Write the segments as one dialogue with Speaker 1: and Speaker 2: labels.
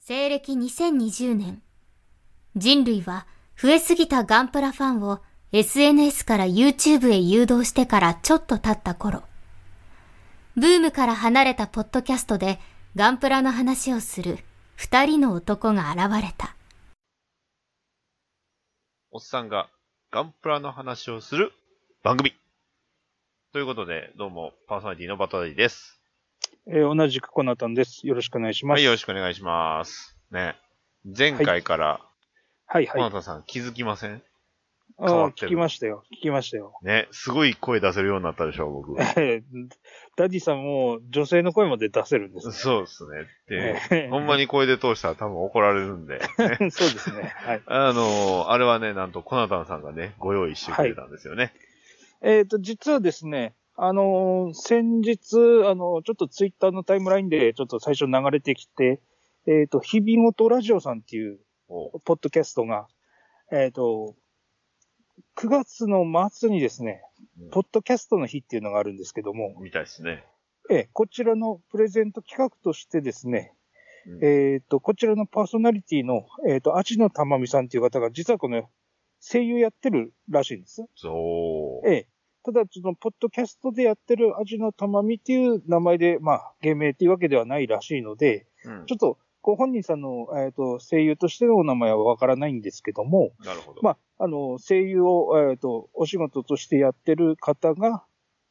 Speaker 1: 西暦2020年、人類は増えすぎたガンプラファンを SNS から YouTube へ誘導してからちょっと経った頃、ブームから離れたポッドキャストでガンプラの話をする二人の男が現れた。
Speaker 2: おっさんがガンプラの話をする番組。ということで、どうも、パーソナリティのバタディです。
Speaker 3: えー同じくコナタンです。よろしくお願いしま
Speaker 2: は
Speaker 3: す。
Speaker 2: い、よろしくお願いします。ね。前回から、
Speaker 3: はいは
Speaker 2: コ
Speaker 3: い。
Speaker 2: ナタさん気づきません、
Speaker 3: あ
Speaker 2: 変わっ
Speaker 3: ー
Speaker 2: て
Speaker 3: 聞
Speaker 2: る
Speaker 3: きましたよ。聞きましたよ。
Speaker 2: ね。すごい声出せるようになったでしょ、僕。
Speaker 3: えーダディさんも女性の声まで出せるんですね。
Speaker 2: そうですね。で、
Speaker 3: えー
Speaker 2: ほんまに声で通したら多分怒られるん で。ね
Speaker 3: そうですね。はい。
Speaker 2: あのーあれはね、なんとコナタンさんがね、ご用意してくれたんですよね。
Speaker 3: えっ、と、実はですね、あのー先日、あのーちょっとツイッターのタイムラインで、ちょっと最初流れてきて、えっ、と、日々ごとラジオさんっていう、
Speaker 2: お
Speaker 3: ポッドキャストが、えっ、と、9月の末にですね
Speaker 2: うん、
Speaker 3: ポッドキャストの日っていうのがあるんですけども、
Speaker 2: みたいですね。
Speaker 3: ええ、こちらのプレゼント企画としてですね、
Speaker 2: うん
Speaker 3: えっ、と、こちらのパーソナリティの、えっ、と、アジノタマミさんという方が、実はこの声優やってるらしいんです。
Speaker 2: そう。
Speaker 3: ええ。ただ、その、ポッドキャストでやってるアジノタマミっていう名前で、まあ、芸名っていうわけではないらしいので、
Speaker 2: うん
Speaker 3: ちょっと、ご本人さんの、えっ、と、声優としてのお名前はわからないんですけども、
Speaker 2: なるほど。
Speaker 3: まあ、あの、声優を、えっ、と、お仕事としてやってる方が、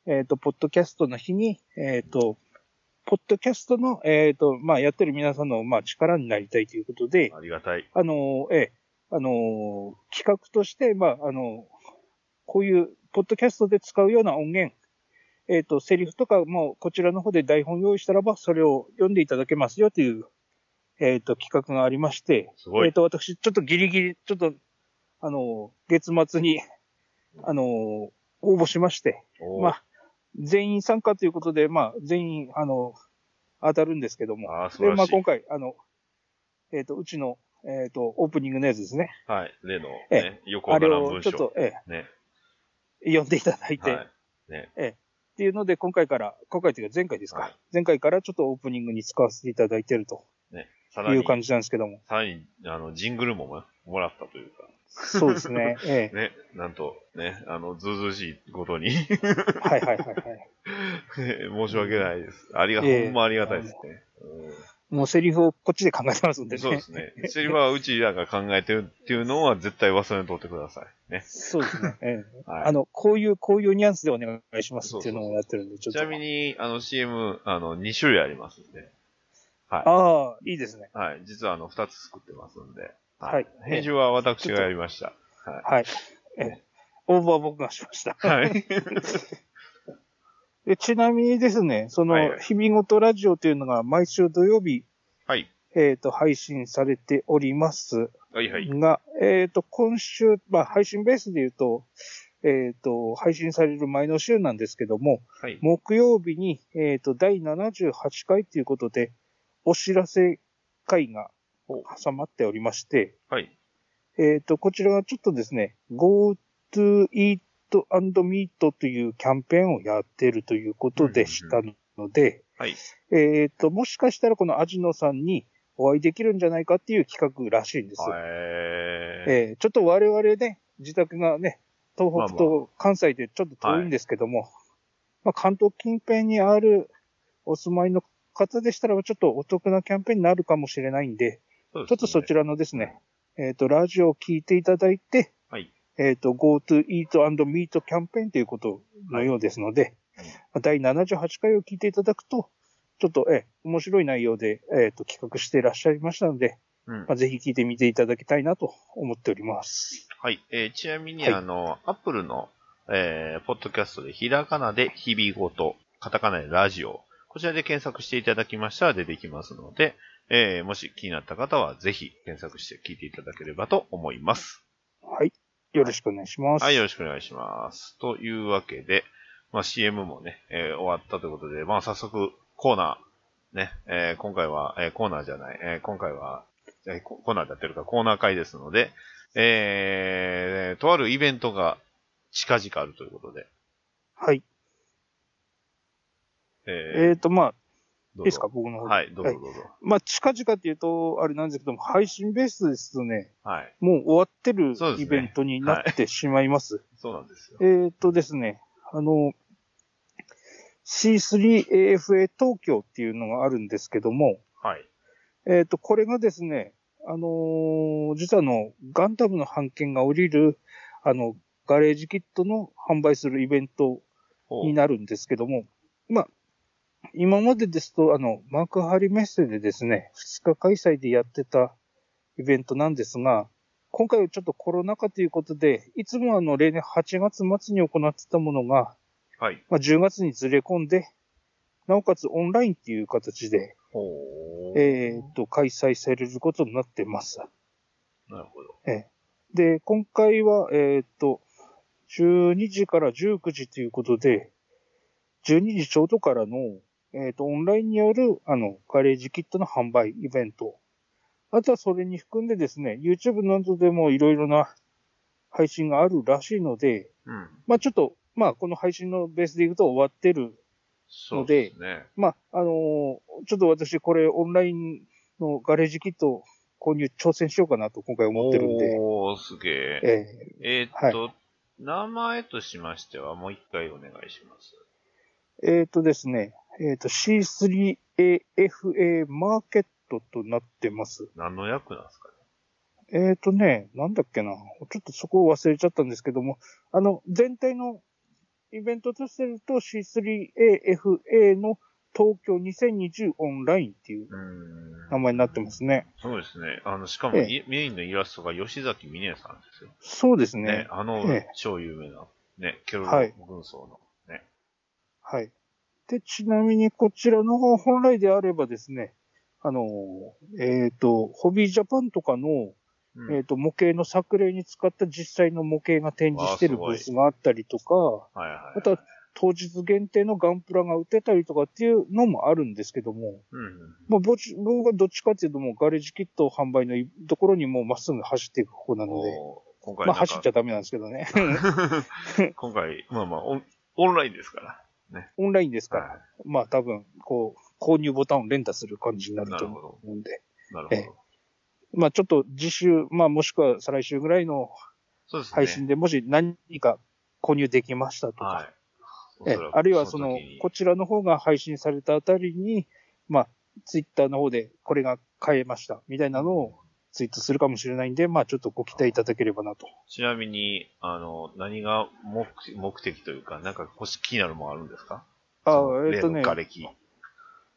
Speaker 3: えっ、と、ポッドキャストの日に、えっ、と、ポッドキャストの、えっ、と、まあ、やってる皆さんの、まあ、力になりたいということで、
Speaker 2: ありがたい。
Speaker 3: あの、ええ、あの、企画として、まあ、あの、こういう、ポッドキャストで使うような音源、えっ、と、セリフとかも、こちらの方で台本用意したらば、それを読んでいただけますよという、えっ、と、企画がありまして、
Speaker 2: すごい
Speaker 3: えっ、と、私、ちょっとギリギリ、ちょっと、あの、月末に、あの、応募しまして、
Speaker 2: おー
Speaker 3: まあ、全員参加ということで、まあ、全員、あの、当たるんですけども、
Speaker 2: あー素晴
Speaker 3: で、
Speaker 2: らしい
Speaker 3: まあ、今回、あの、えっ、と、うちの、えっ、と、オープニングのやつですね。
Speaker 2: はい。例の、
Speaker 3: え
Speaker 2: ね、横か
Speaker 3: あ
Speaker 2: ら
Speaker 3: れ
Speaker 2: の
Speaker 3: を
Speaker 2: 文
Speaker 3: ちょ
Speaker 2: 章
Speaker 3: っ。と、え
Speaker 2: ね。
Speaker 3: え読んでいただいて、
Speaker 2: は
Speaker 3: っ
Speaker 2: い。ね。
Speaker 3: ていうので、今回から、今回というか前回ですか、
Speaker 2: はい
Speaker 3: 前回からちょっとオープニングに使わせていただいてると
Speaker 2: ね。さら
Speaker 3: い
Speaker 2: に
Speaker 3: う、感じなんですけども。
Speaker 2: さらに、あの、ジングルももらったというか、
Speaker 3: そうですね。え
Speaker 2: ね。なんと、ね、あの、ずうずうしいことに、 ね
Speaker 3: えはいはいはいはい。
Speaker 2: 申し訳ないです。ありが、
Speaker 3: ええ
Speaker 2: ほんまありがたいですね。
Speaker 3: もうセリフをこっちで考えてますん
Speaker 2: う
Speaker 3: で
Speaker 2: ん、
Speaker 3: ね。
Speaker 2: そうですね。セリフはうちらが考えてるっていうのは絶対忘れんとってください。ね。
Speaker 3: そうで すね。ええ
Speaker 2: はい
Speaker 3: あ。の、こういう、こういうニュアンスでお願いしますっていうのをやってるんで、ちょっ
Speaker 2: ち
Speaker 3: と。
Speaker 2: なみに、あの CM、あの、2種類ありますんで、
Speaker 3: ああ、いいですね。
Speaker 2: はい。実はあの、2つ作ってますんで、
Speaker 3: はい
Speaker 2: 編集は私がやりました。
Speaker 3: はい。ええ応募は僕がしました。
Speaker 2: はい。
Speaker 3: でちなみにですね、そ
Speaker 2: はいは
Speaker 3: の、
Speaker 2: い
Speaker 3: 日々ごとラジオというのが毎週土曜日、
Speaker 2: はい。
Speaker 3: えっ、と、配信されております
Speaker 2: はいはい。
Speaker 3: が、えっ、と、今週、まあ、配信ベースで言うと、えっ、と、配信される前の週なんですけども、
Speaker 2: はい。
Speaker 3: 木曜日に、えっ、と、第78回ということで、お知らせ会が
Speaker 2: お
Speaker 3: 挟まっておりまして、
Speaker 2: はい。
Speaker 3: えっ、と、こちらはちょっとですね、GoTo Eat and Meet というキャンペーンをやっているということでしたので、
Speaker 2: はい。
Speaker 3: えっ、と、もしかしたらこのアジノさんにお会いできるんじゃないかっていう企画らしいんです。
Speaker 2: え
Speaker 3: えーちょっと我々ね、自宅がね、東北
Speaker 2: ま
Speaker 3: と関西でちょっと遠いんですけども、まあ、関東近辺にあるお住まいの方でしたら、ちょっとお得なキャンペーンになるかもしれないんで、
Speaker 2: ー
Speaker 3: ちょっとそちらのですね、えっ、と、ラジオを聞いていただいて、
Speaker 2: はい
Speaker 3: えっ、と、GoTo Eat and Meet キャンペーンということのようですので、
Speaker 2: はい
Speaker 3: 第78回を聞いていただくと、ちょっと、え、面白い内容で、えっ、と、企画していらっしゃいましたので、
Speaker 2: うん
Speaker 3: まあ、ぜひ聞いてみていただきたいなと思っております。
Speaker 2: はい。えーちなみに、
Speaker 3: はい
Speaker 2: あの、アップルの、えーポッドキャストで、ひらがなで日々ごと、カタカナでラジオ、こちらで検索していただきましたら出てきますので、えーもし気になった方は、ぜひ検索して聞いていただければと思います。
Speaker 3: はい。よろしくお願いします。
Speaker 2: はい、よろしくお願いします。というわけで、まあ、CM もね、えー終わったということで、まあ、早速、コーナー、ね、えー今回は、えーコーナーじゃない、えー今回は、えーココーナーでやってるか、コーナー会ですので、えーとあるイベントが近々あるということで、
Speaker 3: はい。
Speaker 2: え
Speaker 3: えっ、と、まあ、
Speaker 2: どぞ
Speaker 3: いういですか、僕の方で。
Speaker 2: はい、どうぞどうぞ。
Speaker 3: まあ、近々っていうと、あれなんですけども、配信ベースですとね、
Speaker 2: はい。
Speaker 3: もう終わってる
Speaker 2: そうですね
Speaker 3: イベントになってしまいます。
Speaker 2: そうなんですよ。
Speaker 3: えーっとですね、あの、C3AFA 東京っていうのがあるんですけども、
Speaker 2: はい。
Speaker 3: えーっと、これがですね、あのー実はあの、ガンダムの版権が降りる、あの、ガレージキットの販売するイベント
Speaker 2: ほう
Speaker 3: になるんですけども、まあ、今までですと、あの、幕張メッセでですね、2日開催でやってたイベントなんですが、今回はちょっとコロナ禍ということで、いつもあの、例年8月末に行ってたものが、
Speaker 2: はい。
Speaker 3: まあ、10月にずれ込んで、なおかつオンラインっていう形で、
Speaker 2: ほう。
Speaker 3: えーっと、開催されることになってます。
Speaker 2: なるほど。
Speaker 3: で、今回は、えーっと、12時から19時ということで、12時ちょうどからの、えーっと、オンラインによる、あの、ガレージキットの販売イベント。あとはそれに含んでですね、YouTube などでもいろいろな配信があるらしいので、
Speaker 2: うん。
Speaker 3: まあちょっと、まあこの配信のベースでいくと終わってる
Speaker 2: そうですね。
Speaker 3: まあ、あのーちょっと私これオンラインのガレージキット購入挑戦しようかなと今回思ってるんで、
Speaker 2: おー、すげえ。
Speaker 3: えー
Speaker 2: えーっと、名前としましては、もう一回お願いします。
Speaker 3: えっ、とですね、えっ、と C3AFA マーケットとなってます。
Speaker 2: 何の役なんですかね。
Speaker 3: えっ、とね、なんだっけな。ちょっとそこを忘れちゃったんですけども、あの、全体のイベントとしてると C3AFA の東京2020オンラインっていう
Speaker 2: うーん。
Speaker 3: 名前になってますね。
Speaker 2: そうですね。あの、しかも、
Speaker 3: え
Speaker 2: いメインのイラストが吉崎美音さんですよ。
Speaker 3: そうですね。
Speaker 2: ね。あの
Speaker 3: ええ、
Speaker 2: 超有名な、ね、ケロロ
Speaker 3: はい
Speaker 2: 軍曹の。ね。
Speaker 3: はい。で、ちなみにこちらの方、本来であればですね、あの、えっ、と、ホビージャパンとかの、
Speaker 2: うん
Speaker 3: えっ、と、模型の作例に使った実際の模型が展示してる
Speaker 2: わあす
Speaker 3: ブ
Speaker 2: ごい
Speaker 3: ースがあったりとか、
Speaker 2: はいはい。
Speaker 3: あとは当日限定のガンプラが売ってたりとかっていうのもあるんですけども、
Speaker 2: うんうん。
Speaker 3: まあ、ぼち僕はどっちかっていうともうガレージキット販売のところにもうまっすぐ走っていく方なので、
Speaker 2: おー今回
Speaker 3: ま
Speaker 2: な
Speaker 3: あ
Speaker 2: んか、
Speaker 3: 走っちゃダメなんですけどね。
Speaker 2: 今回、まあまあ、オンオンラインですから。
Speaker 3: オンラインですから、
Speaker 2: は
Speaker 3: まあ多分、こう、購入ボタンを連打する感じになると
Speaker 2: なる
Speaker 3: 思
Speaker 2: ほ
Speaker 3: うんで、
Speaker 2: い。なる
Speaker 3: え
Speaker 2: ほ
Speaker 3: え
Speaker 2: ど。
Speaker 3: まあちょっと次週、まあもしくは再来週ぐらいの
Speaker 2: そうですね。
Speaker 3: 配信でもし何か購入できましたとか、
Speaker 2: はい。お
Speaker 3: ええ
Speaker 2: そらく
Speaker 3: あるいはその
Speaker 2: 時に、
Speaker 3: こちらの方が配信されたあたりに、まあ、ツイッターの方でこれが買えましたみたいなのをツイートするかもしれないんで、まあちょっとご期待いただければなと。
Speaker 2: ちなみに、あの、何が目目的というか、なんか欲し気になるもんあるんですか
Speaker 3: あ
Speaker 2: その
Speaker 3: えっ、と
Speaker 2: 例の
Speaker 3: ね、
Speaker 2: 瓦礫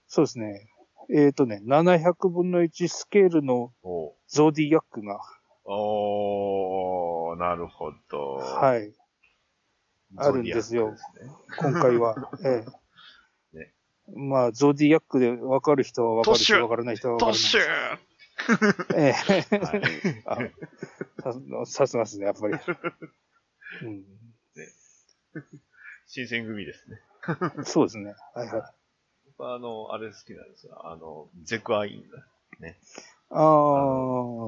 Speaker 3: そうですね。えっ、とね、700分の1スケールの
Speaker 2: を。
Speaker 3: ゾディアックが、
Speaker 2: おー、なるほど。い。
Speaker 3: はい、あるんですよ今回は。 ええ
Speaker 2: ね
Speaker 3: まあ、ゾディアックで分かる人は分かるし、
Speaker 2: トッシュ
Speaker 3: 分からない人は分
Speaker 2: ト
Speaker 3: か
Speaker 2: ッ
Speaker 3: らない。
Speaker 2: シュー
Speaker 3: ええ
Speaker 2: はい
Speaker 3: あささすがですね、やっぱり。うん
Speaker 2: 新選組ですね。
Speaker 3: そうですね。はいはい。
Speaker 2: 僕はあの、あれ好きなんですよ。あの、ゼクアイン。
Speaker 3: あ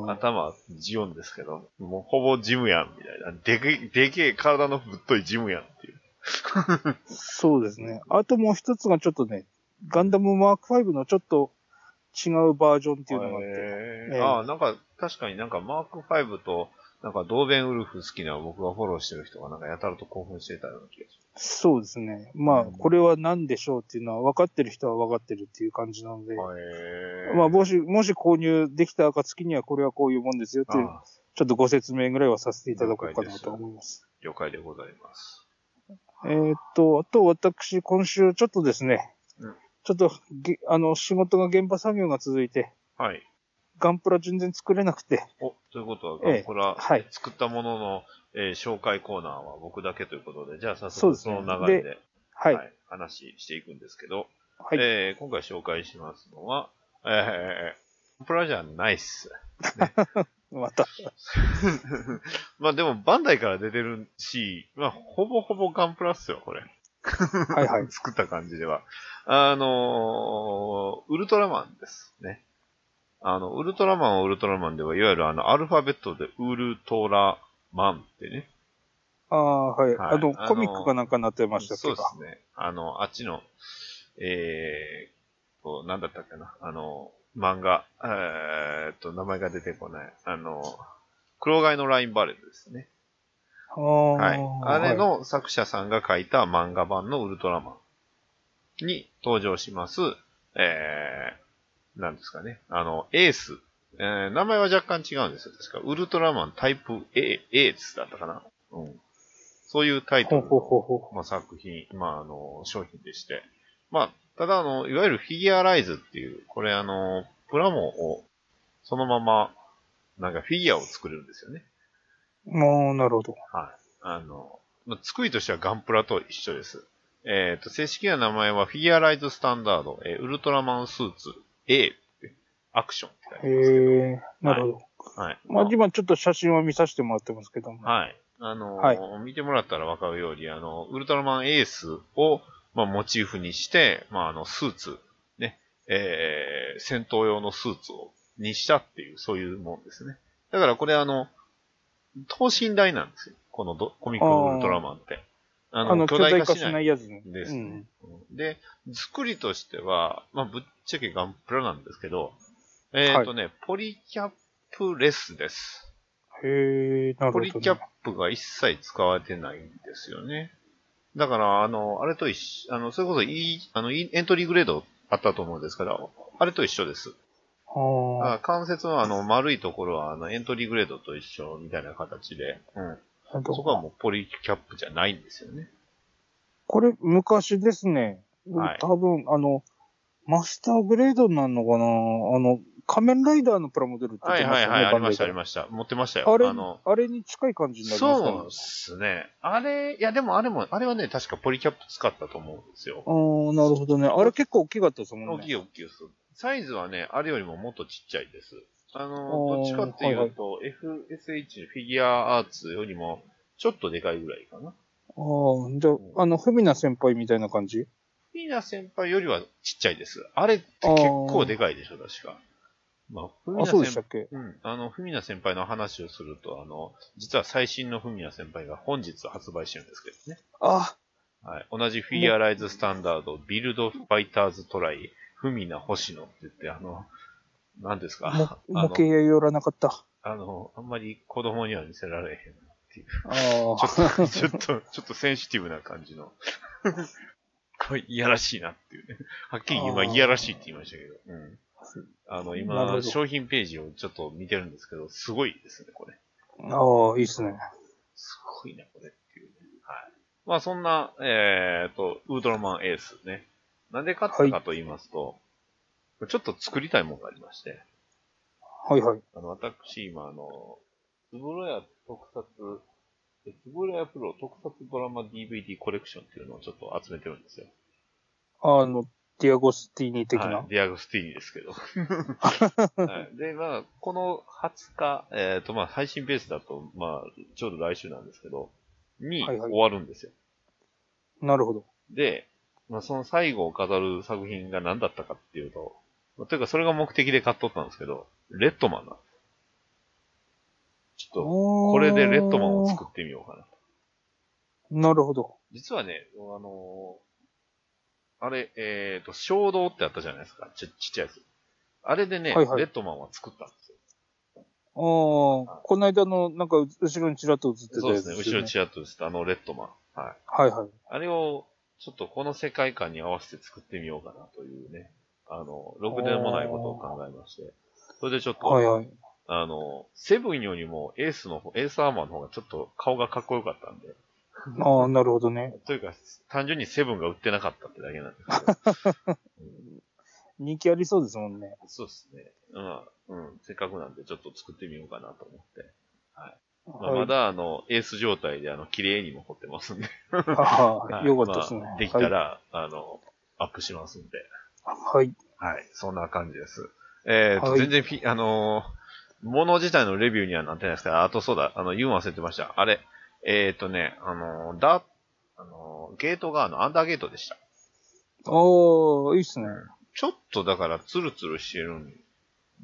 Speaker 3: あ、
Speaker 2: 頭、ジオンですけど、もうほぼジムやん、みたいな。でけえ、でけえ体のぶっといジムやんっていう。
Speaker 3: そうですね。あともう一つがちょっとね、ガンダムマーク5のちょっと違うバージョンっていうのがあって。
Speaker 2: へー
Speaker 3: ええ
Speaker 2: ああ、なんか、確かになんかマーク5と、なんかドーベンウルフ好きな僕がフォローしてる人がなんかやたらと興奮してたような気がし
Speaker 3: そうですね。まあ、
Speaker 2: うん
Speaker 3: これは何でしょうっていうのは分かってる人は分かってるっていう感じなので。
Speaker 2: ます。へー
Speaker 3: まあ、もし、もし購入できた暁にはこれはこういうもんですよっていう、
Speaker 2: ああ
Speaker 3: ちょっとご説明ぐらいはさせていただこうかなと思います。
Speaker 2: 了解でございます。
Speaker 3: えーっと、あと私、今週ちょっとですね、
Speaker 2: うん
Speaker 3: ちょっとげ、あの、仕事が現場作業が続いて、
Speaker 2: はい。
Speaker 3: ガンプラ全然作れなくて、
Speaker 2: お、ということは、
Speaker 3: ええ
Speaker 2: ガンプラ、
Speaker 3: はい
Speaker 2: 作ったものの、えー紹介コーナーは僕だけということで、じゃあ早
Speaker 3: そ
Speaker 2: 速
Speaker 3: うです
Speaker 2: そ
Speaker 3: ね
Speaker 2: の流れで、
Speaker 3: はい、
Speaker 2: はい話していくんですけど、
Speaker 3: はい、
Speaker 2: えー今回紹介しますのは、えー、ガンプラじゃないっす。
Speaker 3: また、
Speaker 2: まあでも、バンダイから出てるし、まあ、ほぼほぼガンプラっすよ、これ。
Speaker 3: はいはい
Speaker 2: 作った感じでは。あのーウルトラマンですね。あの、ウルトラマンはウルトラマンでは、いわゆるあの、アルファベットでウルトラマンってね。
Speaker 3: ああ、はい、
Speaker 2: はい
Speaker 3: あの、
Speaker 2: あの
Speaker 3: コミックかなんかになってましたっけ
Speaker 2: そう
Speaker 3: ど
Speaker 2: ですね。あの、あっちの、えと、なんだったっけな、あの、漫画、えーっと、名前が出てこない。あの、黒貝のラインバレルですね。
Speaker 3: あー
Speaker 2: はい。あれ
Speaker 3: はい
Speaker 2: の作者さんが書いた漫画版のウルトラマンに登場します、えー、なんですかね。あの、エース。えー、名前は若干違うんですよ。確か、ウルトラマンタイプ A、エースだったかな。うん。そういうタイト
Speaker 3: ほう
Speaker 2: ル
Speaker 3: ほう
Speaker 2: の
Speaker 3: ほうほ
Speaker 2: まあ、作品、まあ、あの、商品でして。まあ、ただ、あの、いわゆるフィギュアライズっていう、これあの、プラモを、そのまま、なんかフィギュアを作れるんですよね。
Speaker 3: う。もう、なるほど。
Speaker 2: はい。あの、まあ作りとしてはガンプラと一緒です。えっ、と、正式な名前はフィギュアライズスタンダード、えーウルトラマンスーツ A って、アクションって書いてあ
Speaker 3: へ
Speaker 2: りますけ
Speaker 3: え、なるほど。
Speaker 2: ど。はい。
Speaker 3: まあ、今ちょっと写真を見させてもらってますけども。
Speaker 2: はい。あのー
Speaker 3: はい
Speaker 2: 見てもらったらわかるように、あの、ウルトラマンエースを、まあ、モチーフにして、まあ、あの、スーツ、ね、えー、戦闘用のスーツを、にしたっていう、そういうもんですね。だからこれあの、等身大なんですよ。このどコミックのウルトラマンって。あ
Speaker 3: あの、巨大化しないやつ
Speaker 2: で
Speaker 3: ですす
Speaker 2: ね
Speaker 3: ね。。
Speaker 2: で、作りとしては、まあ、ぶっちゃけガンプラなんですけど、えっ、とね、ポリキャップレスです。
Speaker 3: うんへえ、なるほど。
Speaker 2: ポリキャップが一切使われてないんですよね。だから、あの、あれと一緒、あの、それこそ E、あの、E- エントリーグレードあったと思うんですから、あれと一緒です。
Speaker 3: は
Speaker 2: あ関節のあの、丸いところは、あの、エントリーグレードと一緒みたいな形で、うん。
Speaker 3: あ、なるほど
Speaker 2: そこはもうポリキャップじゃないんですよね。
Speaker 3: これ、昔ですね。
Speaker 2: はい
Speaker 3: 多分、あの、マスターグレードになるのかなあの、仮面ライダーのプラモデルって
Speaker 2: はいはいはい、ありました、あり
Speaker 3: まし
Speaker 2: ました。持ってましたよ。
Speaker 3: あれ
Speaker 2: あの、
Speaker 3: あれに近い感じになりますか
Speaker 2: そうですね。あれ、いやでもあれも、あれはね、確かポリキャップ使ったと思うんですよ。
Speaker 3: あーなるほどね。あれ結構大きかったですもんね。
Speaker 2: 大きい大きいです。サイズはね、あれよりももっとちっちゃいです。あの、
Speaker 3: おー
Speaker 2: どっちかっていうと、FSH フィギュアアーツよりも、ちょっとでかいぐらいかな。
Speaker 3: ああ、じゃあ、あの、フミナ先輩みたいな感じ
Speaker 2: ミーナ先輩よりはちっちゃいです。あれって結構でかいでしょ、確か。まあ、フミ
Speaker 3: あ、
Speaker 2: ナ
Speaker 3: そうでし
Speaker 2: 先
Speaker 3: たっ
Speaker 2: 輩、
Speaker 3: け
Speaker 2: うん。あの、フミナ先輩の話をすると、あの、実は最新のフミナ先輩が本日発売してるんですけどね。
Speaker 3: あ、
Speaker 2: はい、同じフィギュアライズスタンダード、ビルドファイターズトライ、フミナ星野って言って、あの、何ですかあ
Speaker 3: 模
Speaker 2: の
Speaker 3: 型や寄らなかった。あ
Speaker 2: あの、あんまり子供には見せられへんっ ていう。
Speaker 3: あー。
Speaker 2: ちょっと、ちょっと、ちょっとセンシティブな感じの。 これ、いやらしいなっていうね。はっきり今、
Speaker 3: あー
Speaker 2: いやらしいって言いましたけど。うん。あの、
Speaker 3: なるほ
Speaker 2: 今、
Speaker 3: ど
Speaker 2: 商品ページをちょっと見てるんですけど、すごいですね、これ。
Speaker 3: ああ、いいっすね。
Speaker 2: すごいな、これっていうね。はい。まあ、そんな、えー、と、ウルトラマンエースね。なんで買ったかと言いますと、ちょっと作りたいものがありまして、
Speaker 3: はいはい。
Speaker 2: あの、私、今、あの、つぶろや特撮、えつぶろやプロ特撮ドラマ DVD コレクションっていうのをちょっと集めてるんですよ。
Speaker 3: あの、ディアゴスティーニ的
Speaker 2: はい
Speaker 3: な。、
Speaker 2: ディアゴスティーニですけ ど。はい、で、まあ、この20日、えっ、と、まあ、配信ベースだと、まあ、ちょうど来週なんですけど、に
Speaker 3: はい
Speaker 2: 終
Speaker 3: はい
Speaker 2: わるんですよ。
Speaker 3: なるほど。
Speaker 2: で、まあ、その最後を飾る作品が何だったかっていうと、まあ、というかそれが目的で買っとったんですけど、レッドマンなんです。ちょっと、こ
Speaker 3: こ
Speaker 2: れでレッドマンを作ってみようかな。
Speaker 3: なるほど。
Speaker 2: 実はね、あのーあれ、えっ、と、衝動ってあったじゃないですか。ちちっちゃいやつ。あれでね、
Speaker 3: はいはい
Speaker 2: レッドマンは作ったんですよ。
Speaker 3: ああ、この間の、なんか、後ろにちらっと映ってた
Speaker 2: そう
Speaker 3: や
Speaker 2: で
Speaker 3: つ
Speaker 2: すね。後ろにちらっと映ったあのレッドマン。はい。
Speaker 3: はいはい。
Speaker 2: あれを、ちょっとこの世界観に合わせて作ってみようかなというね、あの、ろくでもないことを考えまして、それでちょっと、
Speaker 3: はいはい。
Speaker 2: あの、セブンよりもエースの方、エースアーマーの方がちょっと顔がかっこよかったんで、
Speaker 3: ああ、なるほどね。
Speaker 2: というか、単純にセブンが売ってなかったってだけなんですけど、
Speaker 3: 人気ありそうですもんね。
Speaker 2: そうですね。まあ、うん、せっかくなんでちょっと作ってみようかなと思って。まあ
Speaker 3: はい
Speaker 2: まだ、あの、エース状態で、あの、綺麗に残ってますんで、
Speaker 3: あ
Speaker 2: は
Speaker 3: あ、
Speaker 2: い
Speaker 3: よかったですね
Speaker 2: まあ。できたら、あの、アップしますんで。
Speaker 3: はい。はい。
Speaker 2: はい、そんな感じです。えーと、
Speaker 3: はい
Speaker 2: 全然フィ、あのー、物自体のレビューにはなってないですから、あとそうだ、あの、言うの忘れてました。あれ、えっ、ー、とね、あのー、ダあのー、ゲート側のアンダーゲートでした。
Speaker 3: ああ、いいっすね。
Speaker 2: ちょっとだからツルツルしてるん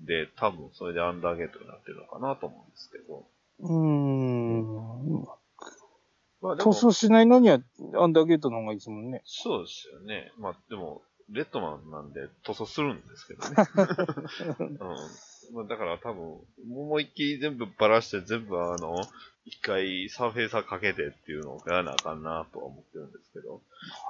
Speaker 2: で、多分それでアンダーゲートになってるのかなと思うんですけど。
Speaker 3: うーん。
Speaker 2: まあで
Speaker 3: 塗
Speaker 2: も、
Speaker 3: 装しないのには、アンダーゲートの方がいいですもんね。
Speaker 2: そうですよね。まあでも、レッドマンなんで塗装するんですけど ね。うんまあ、だから多分、思いっきり全部ばらして、全部あの、一回サーフェイサーかけてっていうのをやらなあかんなとは思ってるんですけど。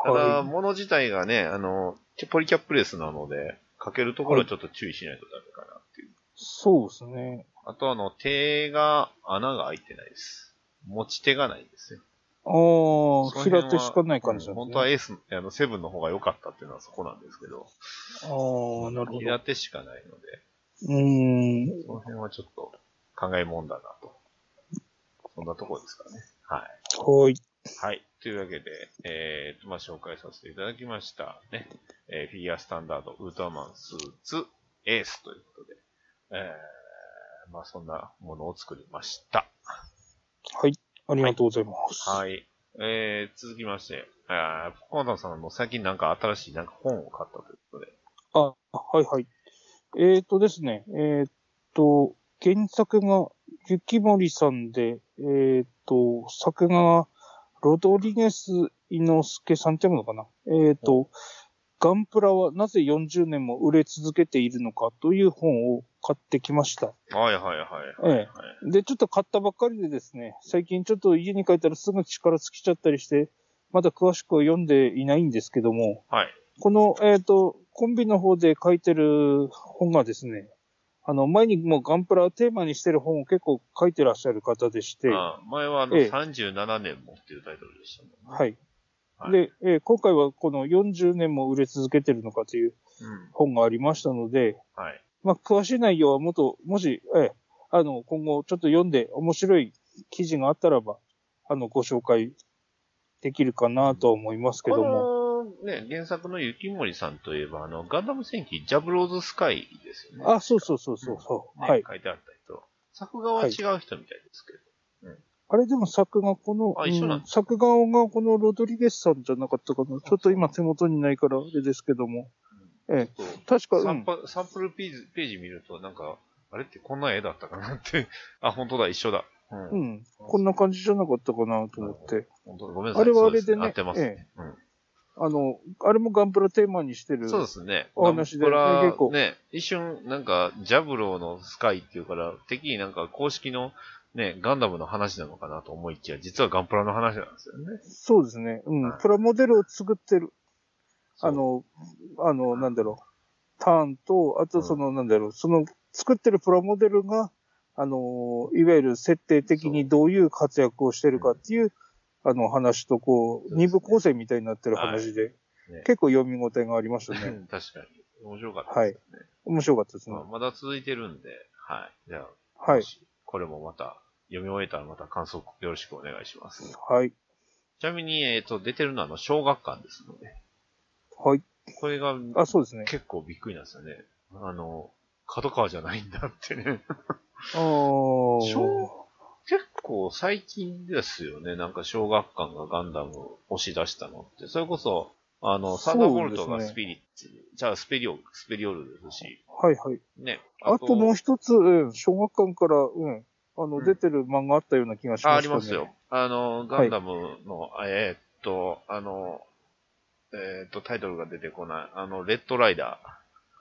Speaker 2: ただ、
Speaker 3: は
Speaker 2: 物自体がね、あの、ポリキャップレスなので、かけるところはちょっと注意しないとダメかなっていう。
Speaker 3: い。そうですね。
Speaker 2: あとあの、手が、穴が開いてないです。持ち手がないんですよ。
Speaker 3: ああ、
Speaker 2: その辺は
Speaker 3: 平手しかない感じなん
Speaker 2: うん本
Speaker 3: ですね。
Speaker 2: 当はエース、あの、セブンの方が良かったっていうのはそこなんですけど、
Speaker 3: ああ、なるほど。
Speaker 2: 平手しかないので、
Speaker 3: うーん。
Speaker 2: その辺はちょっと考えもんだなと。そんなところですかね。はい。
Speaker 3: はい。
Speaker 2: はい。というわけで、えーと、まあ、紹介させていただきました。ね。えーフィギュアスタンダード、ウルトラマンスーツ、エースということで、えー、まあ、そんなものを作りました。
Speaker 3: はい。ありがとうございます。
Speaker 2: はい。えー、続きまして、えー、ポコンタンさんも最近なんか新しいなんか本を買ったということで、
Speaker 3: あ、はいはい。えっ、とですね、えっ、と、原作が雪森さんで、えっ、と、作画がロドリゲス・イノスケさんってものかな。えっ、と、ガンプラはなぜ40年も売れ続けているのかという本を買ってきました。
Speaker 2: はいはいはい。
Speaker 3: ええ。で、ちょっと買ったばっかりでですね、最近ちょっと家に帰ったらすぐ力尽きちゃったりして、まだ詳しくは読んでいないんですけども、
Speaker 2: はい。
Speaker 3: この、えっ、と、コンビの方で書いてる本がですね、あの、前にもうガンプラをテーマにしてる本を結構書いてらっしゃる方でして、は
Speaker 2: あ前はあの、
Speaker 3: ええ
Speaker 2: 37年もっていうタイトルでしたもんね。い。
Speaker 3: い。で、えー今回はこの40年も売れ続けてるのかという
Speaker 2: うん。
Speaker 3: 本がありましたので、
Speaker 2: はい。
Speaker 3: まあ、詳しい内容はもっと、もし、えーあの、今後ちょっと読んで面白い記事があったらば、あの、ご紹介できるかなとは思いますけども。
Speaker 2: この、ね、原作の雪森さんといえば、あの、ガンダム戦記、ジャブローズスカイですよね。
Speaker 3: あ、そうそうそうそうそう。
Speaker 2: ね
Speaker 3: はい。
Speaker 2: 書いてあったりと。作画は違う人みたいですけど。
Speaker 3: あれでも作画この、
Speaker 2: あ一緒なん
Speaker 3: う
Speaker 2: だ
Speaker 3: ん作画がこのロドリゲスさんじゃなかったかな。ちょっと今手元にないからあれですけども。ええ、
Speaker 2: ちょっ
Speaker 3: 確か、
Speaker 2: と
Speaker 3: う
Speaker 2: サン
Speaker 3: ん、
Speaker 2: パサンプルページページ見ると、なんか、あれってこんな絵だったかなって。 あ、本当だ、一緒だ。うん。
Speaker 3: うん、こんな感じじゃなかったかなと思って。
Speaker 2: 本当だごめんなさい。
Speaker 3: あれはあれ
Speaker 2: そ
Speaker 3: でね
Speaker 2: うす合ってますね。
Speaker 3: あの、あれもガンプラテーマにして
Speaker 2: う
Speaker 3: る。
Speaker 2: ん、そうですね。
Speaker 3: お話で
Speaker 2: これは
Speaker 3: 結構
Speaker 2: ね、一瞬、なんか、ジャブローのスカイっていうから、敵になんか公式の、ね、ガンダムの話なのかなと思いきや、実はガンプラの話なんですよね。
Speaker 3: そうですね。う
Speaker 2: は
Speaker 3: ん
Speaker 2: い、
Speaker 3: プラモデルを作ってる。
Speaker 2: そう
Speaker 3: あの、あの、なんだろう。ターンと、あとその、なんだろう、その作ってるプラモデルが、あの、いわゆる設定的にどういう活躍をしてるかっていう、あの話と、こ
Speaker 2: そうで
Speaker 3: う、
Speaker 2: すね
Speaker 3: 二部構成みたいになってる話で、
Speaker 2: ね
Speaker 3: 結構読み応えがありましたね。
Speaker 2: 確かに。面白かったですね。
Speaker 3: 面白かったですね
Speaker 2: まあ。まだ続いてるんで、はい。じゃあ、
Speaker 3: はい
Speaker 2: も。しこれもまた、読み終えたらまた感想よろしくお願いします。
Speaker 3: はい。
Speaker 2: ちなみに、えっ、と、出てるのはあの、小学館ですので、
Speaker 3: はい。
Speaker 2: これが
Speaker 3: あ、そうですね。
Speaker 2: 結構びっくりなんですよね。あの、角川じゃないんだって ね。
Speaker 3: あー
Speaker 2: 小結構最近ですよね。なんか小学館がガンダムを押し出したのって。それこそ、あの、サンダーボルト
Speaker 3: そう
Speaker 2: が
Speaker 3: ですね
Speaker 2: スピリッツ、じゃあスペリオ、スペリオルですし、
Speaker 3: はいはい。
Speaker 2: ね。
Speaker 3: あともう一つ、うん、小学館から、うん、あの、
Speaker 2: うん
Speaker 3: 出てる漫画あったような気がします、ね
Speaker 2: あ、ありますよ。。あの、ガンダムの、えーっと、あの、えーっと、タイトルが出てこない。あの、レッドライダ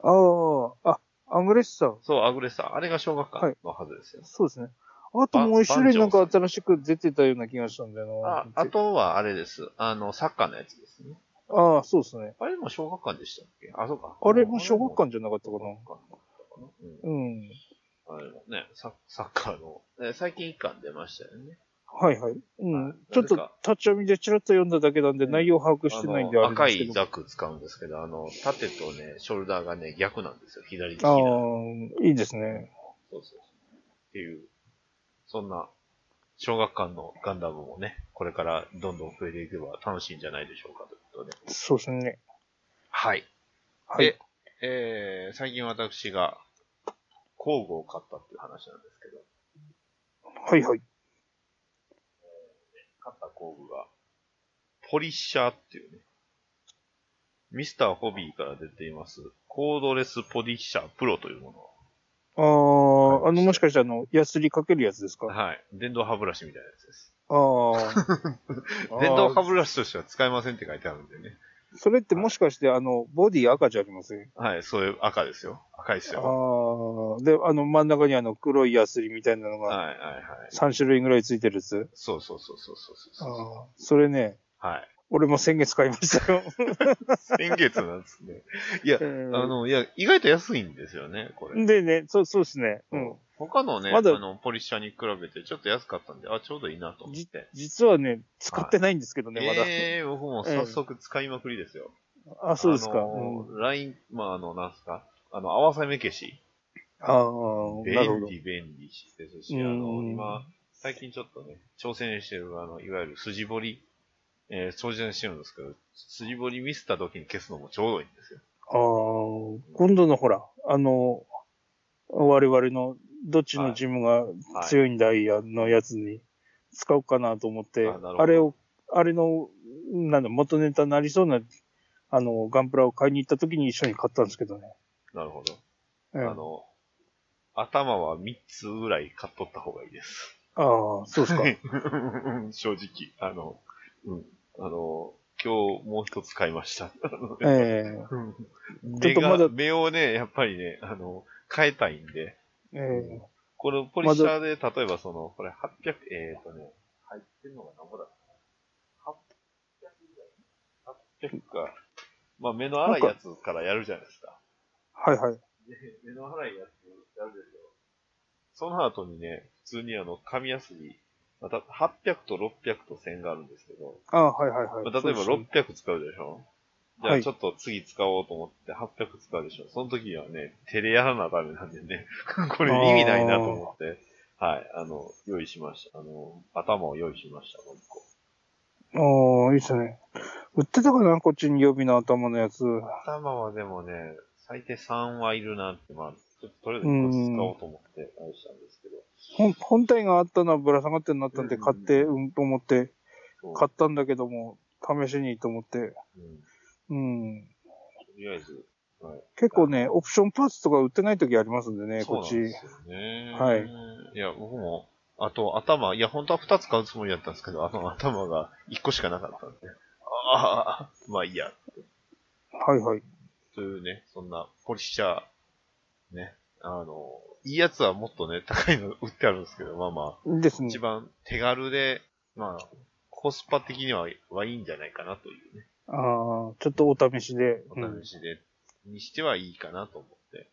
Speaker 2: ー。
Speaker 3: ああ、あ、アグレッサー。
Speaker 2: そう、アグレッサー。あれが小学館のはずですよ。
Speaker 3: そうですね。あともう一種類なんか新しく出てたような気がしたんだよな。
Speaker 2: ああとはあれです。あの、サッカーのやつですね。
Speaker 3: ああ、そうですね。
Speaker 2: あれも小学館でしたっけあ、そうか。
Speaker 3: あれも小学館じゃなかったかな。
Speaker 2: な。うん
Speaker 3: うん。
Speaker 2: あれもね、ササッカーの、え最近一巻出ましたよね。
Speaker 3: はいはい。う
Speaker 2: はい
Speaker 3: ん。ちょっと立ち読みでチラッと読んだだけなんで
Speaker 2: うん
Speaker 3: 内容把握してないんで
Speaker 2: あの
Speaker 3: あれ
Speaker 2: 赤
Speaker 3: ですけ
Speaker 2: い
Speaker 3: ど。
Speaker 2: ザ
Speaker 3: あ
Speaker 2: ック使うんですけど、あの、縦とね、ショルダーがね、逆なんですよ。左と
Speaker 3: あ
Speaker 2: 左。
Speaker 3: ー、いいですね。
Speaker 2: そうそうそう。っていう、そんな、小学館のガンダムもね、これからどんどん増えていけば楽しいんじゃないでしょうかということで。
Speaker 3: そうですね。
Speaker 2: はい。
Speaker 3: はい
Speaker 2: で。、えー、最近私が工具を買ったっていう話なんですけど、
Speaker 3: はいはい。
Speaker 2: 買った工具が、ポリッシャーっていうね、ミスターホビーから出ています、コードレスポリッシャープロというものを
Speaker 3: ああ、あのもしかしてあの、ヤスリかけるやつですか
Speaker 2: はい。電動歯ブラシみたいなやつです。
Speaker 3: あ あ。
Speaker 2: 電動歯
Speaker 3: か
Speaker 2: ブラシとしては使えませんって書いてあるんでね。
Speaker 3: それってもしかして、あの、ボディ赤じゃありません
Speaker 2: はい、そういう赤ですよ。赤いです
Speaker 3: あ
Speaker 2: よ。
Speaker 3: あ、で、あの、真ん中にあの、黒いヤスリみたいなの
Speaker 2: はい
Speaker 3: が、
Speaker 2: はいはい。
Speaker 3: 3種類ぐらいついてるやつ。
Speaker 2: そうそうそうそうそう
Speaker 3: あ
Speaker 2: そう。
Speaker 3: あ、それね、
Speaker 2: はい。
Speaker 3: 俺も先月買いましたよ。
Speaker 2: 先月なんです ね。いや、
Speaker 3: え
Speaker 2: あ
Speaker 3: ー
Speaker 2: の、いや、意外と安いんですよね、これ。
Speaker 3: でね、そう、そうですね。うん。
Speaker 2: 他のね、
Speaker 3: まだ
Speaker 2: あの、ポリッシャーに比べてちょっと安かったんで、あ、ちょうどいいなと思って。
Speaker 3: 実はね、使ってないんですけどね、まだ。
Speaker 2: ええー、僕も早速使いまくりですよ。
Speaker 3: あ、そうですか。
Speaker 2: あのライン、まあ、あの、なんすか、あの、合わせ目消し。
Speaker 3: うん、ああ、なるほ
Speaker 2: 便
Speaker 3: ど。
Speaker 2: 利、便利ですし、
Speaker 3: う
Speaker 2: あ
Speaker 3: ん
Speaker 2: の、今、最近ちょっとね、挑戦してる、あの、いわゆる筋彫り、えー、挑戦してるんですけど、筋彫りミスった時に消すのもちょうどいいんですよ。
Speaker 3: ああ、今度のほら、あの、我々のどっちのジムが強いんだいやのやつに使おうかなと思って、
Speaker 2: あなるほど
Speaker 3: あれを、あれの、なんだ、元ネタになりそうな、あの、ガンプラを買いに行った時に一緒に買ったんですけどね。
Speaker 2: なるほど。
Speaker 3: うん
Speaker 2: あの、頭は3つぐらい買っとった方がいい です。
Speaker 3: ああ、そうですか。
Speaker 2: 正直。あの、うん。あの、今日もう一つ買いました。
Speaker 3: ええちょ
Speaker 2: 目
Speaker 3: っとまだ
Speaker 2: が、目をね、やっぱりね、あの、変えたいんで、
Speaker 3: ええ
Speaker 2: このポリッシャーで、例えばその、これ800、えっ、ー、とね、入ってんのが何ぼだったかな ?800 ぐらい ?800 か。まあ、目の粗いやつからやるじゃないですか。
Speaker 3: はいはい。
Speaker 2: で目の粗いやつやるでしょ。その後にね、普通にあの、紙やすり、また800と600と1000があるんですけど、
Speaker 3: ああ、はいはいはい。
Speaker 2: まあ、例えば
Speaker 3: そうです
Speaker 2: 600使うでしょじゃ
Speaker 3: は
Speaker 2: あ
Speaker 3: い
Speaker 2: ちょっと次使おうと思って800使うでしょその時にはね、手でやらなダメなんで ね、これ意味ないなと思って、はい、あの、用意しました。あの、頭を用意しました、もう一個。
Speaker 3: ああ、いいっすね。売ってたかなこっちに予備の頭のやつ。
Speaker 2: 頭はでもね、最低3はいるなって、まあ、ちょっととりあえず1つ使おうと思って、あれしたんですけど。
Speaker 3: 本本体があったのはぶら下がってんなったんで買って、うん、と思って、
Speaker 2: そう
Speaker 3: 買ったんだけども、試しにと思って。
Speaker 2: うん
Speaker 3: うん。
Speaker 2: とりあえず、はい。
Speaker 3: 結構ね、オプションパーツとか売ってない時ありますんでね、
Speaker 2: そうな
Speaker 3: こっ
Speaker 2: ん
Speaker 3: ち
Speaker 2: で。すよね。
Speaker 3: はい。
Speaker 2: いや、僕も、あと頭、いや、本当は2つ買うつもりだったんですけど、あの頭が1個しかなかったんで、ああ、まあいいや、
Speaker 3: はいはい。
Speaker 2: というね、そんなポリッシャー、ね、あの、いいやつはもっとね、高いの売ってあるんですけど、まあま
Speaker 3: です
Speaker 2: あ、
Speaker 3: ね
Speaker 2: 一。番手軽で、まあ、コスパ的にははいいんじゃないかなというね、
Speaker 3: ああ、ちょっとお試しで。う
Speaker 2: お
Speaker 3: ん
Speaker 2: 試しで、にしてはいいかなと思って、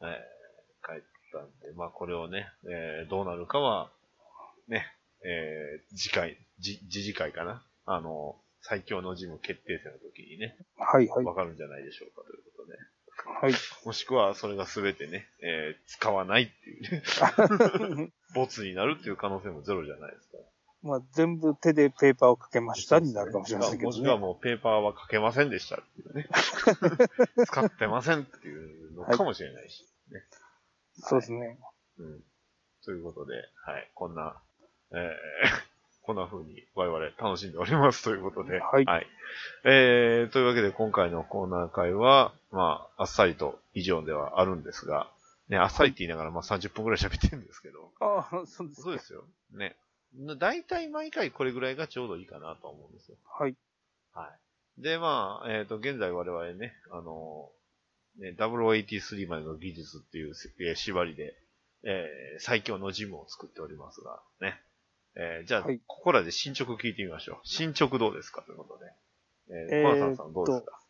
Speaker 2: えー、帰ったんで、まあこれをね、えー、どうなるかは、ね、えー、次回、じ、次次回かな。あの、最強のジム決定戦の時にね、
Speaker 3: はいはい。
Speaker 2: わかるんじゃないでしょうかということで。
Speaker 3: はい。
Speaker 2: もしくは、それが全てね、えー、使わないっていうね、 ボツになるっていう可能性もゼロじゃないですか。
Speaker 3: まあ、全部手でペーパーをかけましたになるかもしれませんけど
Speaker 2: もしくは
Speaker 3: ね。
Speaker 2: もうペーパーはかけませんでしたっていう ね。使ってませんっていうのかもしれないし。
Speaker 3: そうですね。
Speaker 2: うん。ということで、はい、こんな、えー、 こんな風に我々楽しんでおりますということで、
Speaker 3: はい
Speaker 2: えー、というわけで今回のコーナー会は、まあ、あっさりと以上ではあるんですが、ね、あっさりって言いながら、まあ30分くらい喋ってるんですけど、
Speaker 3: ああ、そうです。
Speaker 2: そうですよ。ね。だいたい毎回これぐらいがちょうどいいかなと思うんですよ。
Speaker 3: はい。
Speaker 2: はい。で、まあ、えっ、と、現在我々ね、あのね、0083までの技術っていう、えー縛りで、えー最強のジムを作っておりますが、ね。えーじゃあ、
Speaker 3: はい
Speaker 2: ここらで進捗聞いてみましょう。進捗どうですかということで。えー、
Speaker 3: えー
Speaker 2: コ
Speaker 3: っと
Speaker 2: ナさんさんどうですか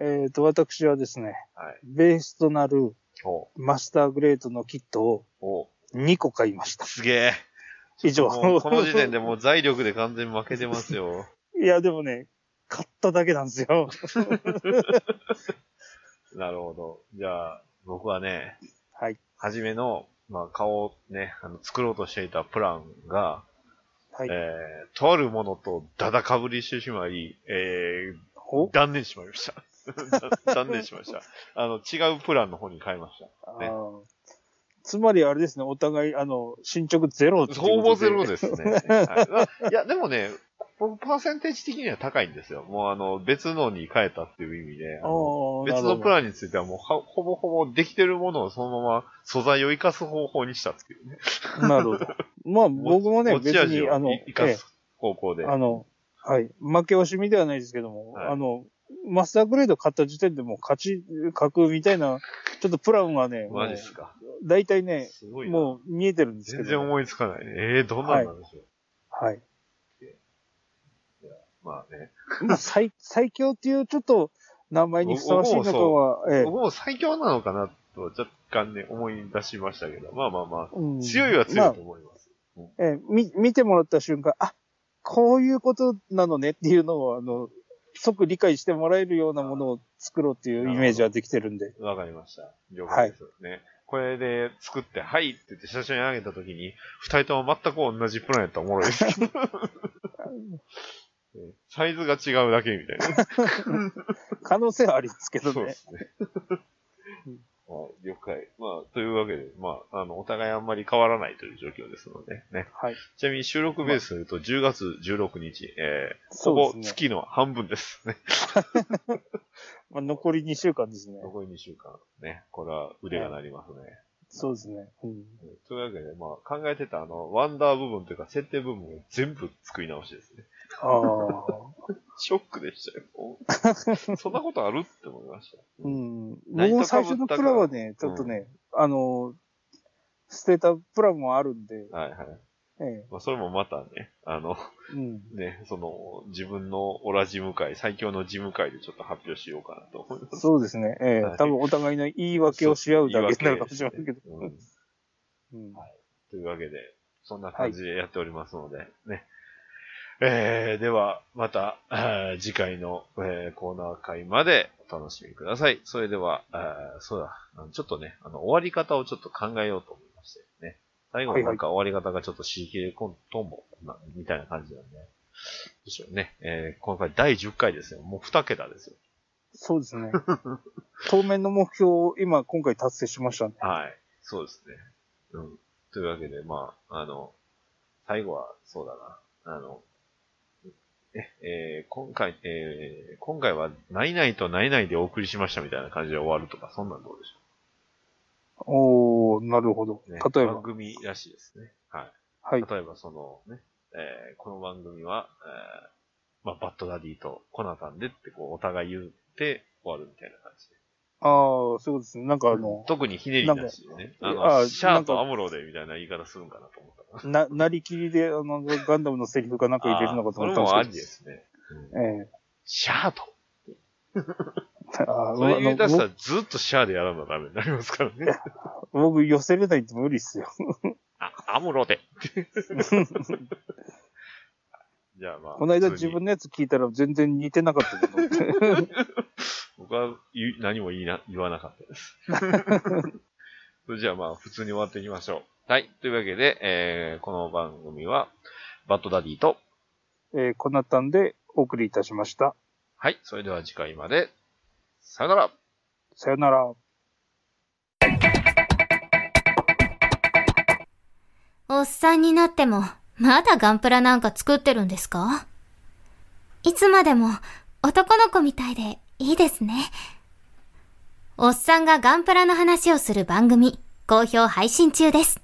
Speaker 3: えっ、と、私はですね、
Speaker 2: はい。
Speaker 3: ベースとなる
Speaker 2: お
Speaker 3: マスターグレードのキットを
Speaker 2: お
Speaker 3: 2個買いました。
Speaker 2: すげえ。
Speaker 3: 以上。
Speaker 2: もうこの時点でもう財力で完全に負けてますよ。
Speaker 3: いや、でもね、買っただけなんですよ。
Speaker 2: なるほど。じゃあ、僕はね、
Speaker 3: はい。
Speaker 2: はじめの、まあ、顔をね、あの作ろうとしていたプランが、
Speaker 3: はい。
Speaker 2: えー、とあるものとダダかぶりしてしまい、え
Speaker 3: お
Speaker 2: ー、断念しまいました。 断念しました。あの、違うプランの方に変えまし
Speaker 3: あーつまりあれですね、お互い、あの、進捗ゼロって
Speaker 2: た。
Speaker 3: いう
Speaker 2: ほぼゼロ
Speaker 3: で。
Speaker 2: ですね。はい、いや、でもね、僕、パーセンテージ的には高いんですよ。もう、あの、別のに変えたっていう意味で、あの
Speaker 3: おー
Speaker 2: 別のプ
Speaker 3: ン。
Speaker 2: ランについてはもうは、ほぼほぼできてるものをそのまま素材を活かす方法にしたっていうね。
Speaker 3: なるほど。まあ、僕もね、
Speaker 2: 持
Speaker 3: 別
Speaker 2: ち味
Speaker 3: に、
Speaker 2: を
Speaker 3: あの、
Speaker 2: 生か
Speaker 3: ええ
Speaker 2: す方向で。
Speaker 3: あの、はい。負け惜しみではないですけども、
Speaker 2: はい
Speaker 3: あの、マスターグレード買った時点でもう勝ち、格みたいな、ちょっとプランはね、
Speaker 2: マジっすか。
Speaker 3: もう大体ね、
Speaker 2: すごいな。
Speaker 3: もう見えてるんですけ
Speaker 2: 全
Speaker 3: ど。
Speaker 2: 然思いつかないね。ええどんなんなんでしょう。
Speaker 3: はい。
Speaker 2: まあね。
Speaker 3: まあ、最、最強っていうちょっと名前にふさわしいのかは、ええ
Speaker 2: 僕も最強なのかなとは若干ね、思い出しましたけど、まあまあま
Speaker 3: うん
Speaker 2: あ、強いは強いと思います。
Speaker 3: まあええみ、見てもらった瞬間、あ、こういうことなのねっていうのを、あの、即理解してもらえるようなものを作ろうっていうイメージはできてるんで。
Speaker 2: わ、かりました。了解です。ね。これで作って、はいって言って写真に上げたときに、二人とも全く同じプランやったらおもろいです けど。ねサイズが違うだけみたいな。
Speaker 3: 可能性はありますけど
Speaker 2: そうで
Speaker 3: ね。
Speaker 2: すね。はい、了解。まあ、というわけで、まあ、あの、お互いあんまり変わらないという状況ですので、ね。
Speaker 3: はい。
Speaker 2: ちなみに収録ベースで言うと10月16日、えー、ほ
Speaker 3: そ
Speaker 2: ぼ
Speaker 3: うですね。
Speaker 2: 月の半分ですね。
Speaker 3: まあ、残り2週間ですね。
Speaker 2: 残り2週間。ね。これは腕が鳴りますね。
Speaker 3: そうですね。うん。
Speaker 2: うんというわけで、まあ、考えてたあの、ワンダー部分というか、設定部分を全部作り直しですね。
Speaker 3: ああ。
Speaker 2: ショックでしたよ。も うそんなことあるって思いました。う
Speaker 3: う
Speaker 2: ん
Speaker 3: ん。
Speaker 2: ナイト
Speaker 3: 僕も最初のプランはね、ち
Speaker 2: かぶ
Speaker 3: ょ
Speaker 2: ったから
Speaker 3: っとね、あの、捨てたプランもあるんで、
Speaker 2: はいはい。
Speaker 3: ええ。
Speaker 2: まあ、それもまたね、あの、
Speaker 3: うん。
Speaker 2: ね、その、自分のオラ事務会、最強の事務会でちょっと発表しようかなと思います。
Speaker 3: そうですね。え
Speaker 2: は
Speaker 3: え。
Speaker 2: い
Speaker 3: 多分お互いの言い訳をし合うだけになるかもしれないけど。
Speaker 2: うん
Speaker 3: うん
Speaker 2: というわけで、そんな感じでやっておりますので、ね。えー、では、また、えー次回の、えーコーナー会までお楽しみください。それでは、えーそうだ、あのちょっとね、あの、終わり方をちょっと考えようと思いましてね。最後のなんか終わり方がちょっとシーケコントンボな、みたいな感じなんで、どうしようね。えー今回第10回ですよ。もう2桁ですよ。
Speaker 3: そうです ね。当面の目標を今、今回達成しましたね。
Speaker 2: はい。そうですね。うん。というわけで、まあ、あの、最後は、そうだな。あの、え、えー今回、えー今回は、ないないとないないでお送りしましたみたいな感じで終わるとか、そんなんどうでしょ
Speaker 3: おー、なるほど。
Speaker 2: う、
Speaker 3: 例
Speaker 2: ね、
Speaker 3: えば
Speaker 2: 番、組らしいですね。はい。
Speaker 3: はい。
Speaker 2: 例えば、そのね、えーこの番組は、えーまあ、バッドダディとコナタンでって、こう、お互い言って終わるみたいな感じで。
Speaker 3: あー、そうですね。なんかあの、
Speaker 2: 特にひねりなしでね。あ
Speaker 3: なんか
Speaker 2: の、
Speaker 3: あー
Speaker 2: シャ
Speaker 3: な
Speaker 2: ー
Speaker 3: んか
Speaker 2: とアムロでみたいな言い方するんかなと思った。
Speaker 3: な、なりきりで、あの、ガンダムのセリフかなんか入れるのかと思ったん
Speaker 2: あーそれもあり
Speaker 3: で
Speaker 2: ですすね。
Speaker 3: けど。え
Speaker 2: シャアと。
Speaker 3: え。あー
Speaker 2: それ言い出した
Speaker 3: あ
Speaker 2: らずっとシャアでやらなダメになりますからね。
Speaker 3: の僕寄せれないって無理っ すよ。
Speaker 2: あ、アムロで。じゃあまあ。
Speaker 3: この間
Speaker 2: 普通
Speaker 3: 自
Speaker 2: に
Speaker 3: 分のやつ聞いたら全然似てなかったけど。
Speaker 2: 僕は言う何も言いな言わなかったです。 それじゃあまあ、普通に終わっていきましょう。はい。というわけで、えー、この番組は、バッドダディと、
Speaker 3: えー、こんなったんでお送りいたしました。
Speaker 2: はい。それでは次回まで、さよなら
Speaker 3: さよなら。
Speaker 1: おっさんになっても、まだガンプラなんか作ってるんですかいつまでも男の子みたいでいいですね。おっさんがガンプラの話をする番組、好評配信中です。